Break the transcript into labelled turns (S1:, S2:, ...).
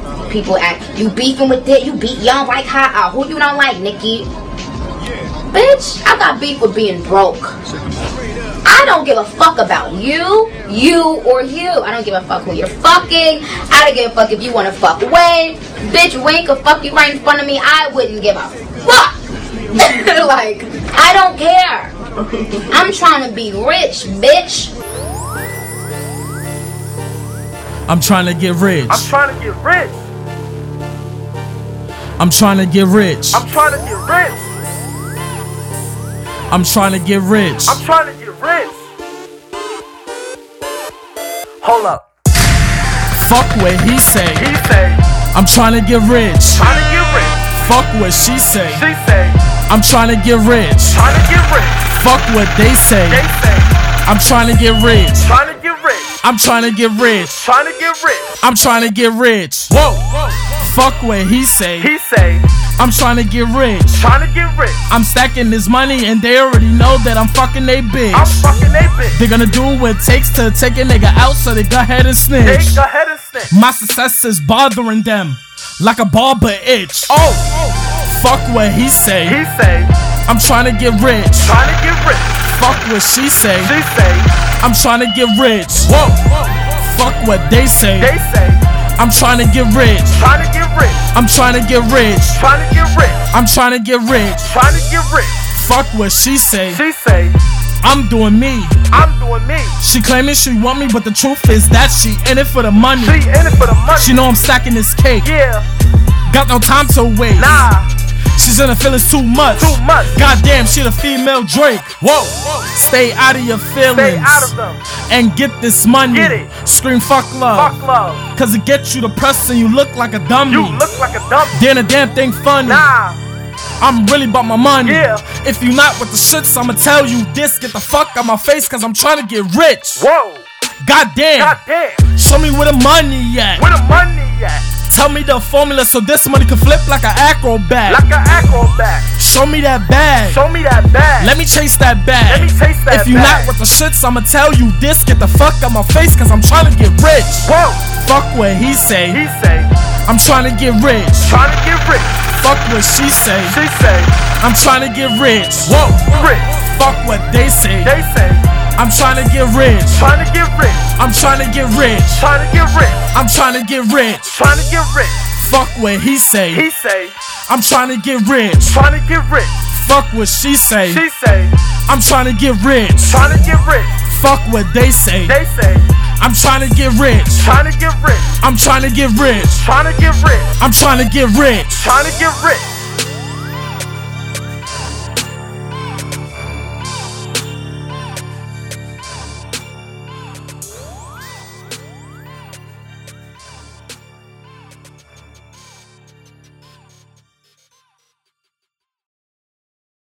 S1: fuck people act. You beefing with that? You beat young like hot out. Who you don't like, Nikki? Bitch, I got beef with being broke. I don't give a fuck about you, you, or you. I don't give a fuck who you're fucking. I don't give a fuck if you wanna fuck away. Bitch, wink or fuck you right in front of me. I wouldn't give a fuck. like, I don't care. I'm trying to be rich, bitch.
S2: I'm trying to get rich.
S3: I'm trying to get rich.
S2: I'm trying to get rich.
S3: I'm trying to get rich.
S2: I'm trying to get rich.
S3: I'm trying to get rich. Hold up.
S2: Fuck what he
S3: He
S2: say.
S3: say,
S2: I'm trying to get rich.
S3: trying to get rich.
S2: Fuck what she say.
S3: She say,
S2: I'm trying to get rich.
S3: trying to get rich.
S2: Fuck what they
S3: They
S2: say.
S3: say,
S2: I'm trying to get rich.
S3: trying to get rich.
S2: I'm trying to get rich.
S3: Trying to get rich.
S2: I'm trying to get rich.
S3: Whoa.
S2: Fuck what he say.
S3: He say,
S2: I'm trying to get rich.
S3: trying to get rich.
S2: I'm stacking this money and they already know that I'm fucking they
S3: I'm
S2: bitch.
S3: fucking a bitch.
S2: They're gonna do what it takes to take a nigga out so they go ahead and
S3: They
S2: snitch.
S3: go ahead and snitch.
S2: My success is bothering them like a barber itch.
S3: Oh.
S2: Fuck what he say.
S3: He say,
S2: I'm trying to get rich.
S3: trying to get rich.
S2: Fuck what she say.
S3: She say,
S2: I'm trying to get rich.
S3: whoa.
S2: Fuck what they say.
S3: They say,
S2: I'm trying to get rich.
S3: trying to get rich.
S2: I'm trying to get rich.
S3: Trying to get rich.
S2: I'm trying to get rich.
S3: Trying to get rich.
S2: Fuck what she say.
S3: She say,
S2: I'm doing me.
S3: I'm doing me.
S2: She claiming she want me, but the truth is that she in it for the money.
S3: She in it for the money.
S2: She know I'm stacking this cake.
S3: yeah,
S2: Got no time to wait.
S3: nah,
S2: She's in the feelings too much.
S3: too much.
S2: Goddamn, she the female Drake. Whoa. Stay out of your
S3: Stay
S2: feelings
S3: out of them.
S2: and get this money.
S3: Get it.
S2: Scream fuck love,
S3: Fuck love.
S2: cause it gets you depressed and you look like a dummy.
S3: You look like a dummy.
S2: Then a damn thing funny.
S3: Nah,
S2: I'm really about my money.
S3: Yeah.
S2: If you not with the shits, I'ma tell you this. Get the fuck out my face, cause I'm trying to get rich.
S3: whoa.
S2: Goddamn.
S3: Goddamn.
S2: Show me where the money at.
S3: Where the money at?
S2: Tell me the formula so this money can flip like an acrobat.
S3: Like an acrobat.
S2: Show me that bag.
S3: Show me that bag.
S2: Let me chase that bag.
S3: Let me chase
S2: If
S3: that
S2: you
S3: bag.
S2: not with the shits, I'ma tell you this. Get the fuck out my face, cause I'm trying to get rich.
S3: whoa.
S2: Fuck what he say.
S3: He say,
S2: I'm trying to get rich.
S3: trying to get rich.
S2: Fuck what she say.
S3: She say,
S2: I'm trying to get rich.
S3: whoa. Rich.
S2: Fuck what they say.
S3: They say,
S2: I'm trying to get rich.
S3: trying to get rich.
S2: I'm trying to get rich.
S3: Trying to get rich.
S2: I'm trying to get rich.
S3: Trying to get rich.
S2: Fuck what he say.
S3: He say,
S2: I'm trying to get rich.
S3: trying to get rich.
S2: Fuck what she say.
S3: She say,
S2: I'm trying to get rich.
S3: trying to get rich.
S2: Fuck what they say.
S3: They say,
S2: I'm trying to get rich.
S3: trying to get rich.
S2: I'm trying to get rich.
S3: Trying to get rich.
S2: I'm trying to get rich.
S3: Trying to get rich.